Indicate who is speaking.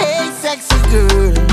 Speaker 1: sexy girl.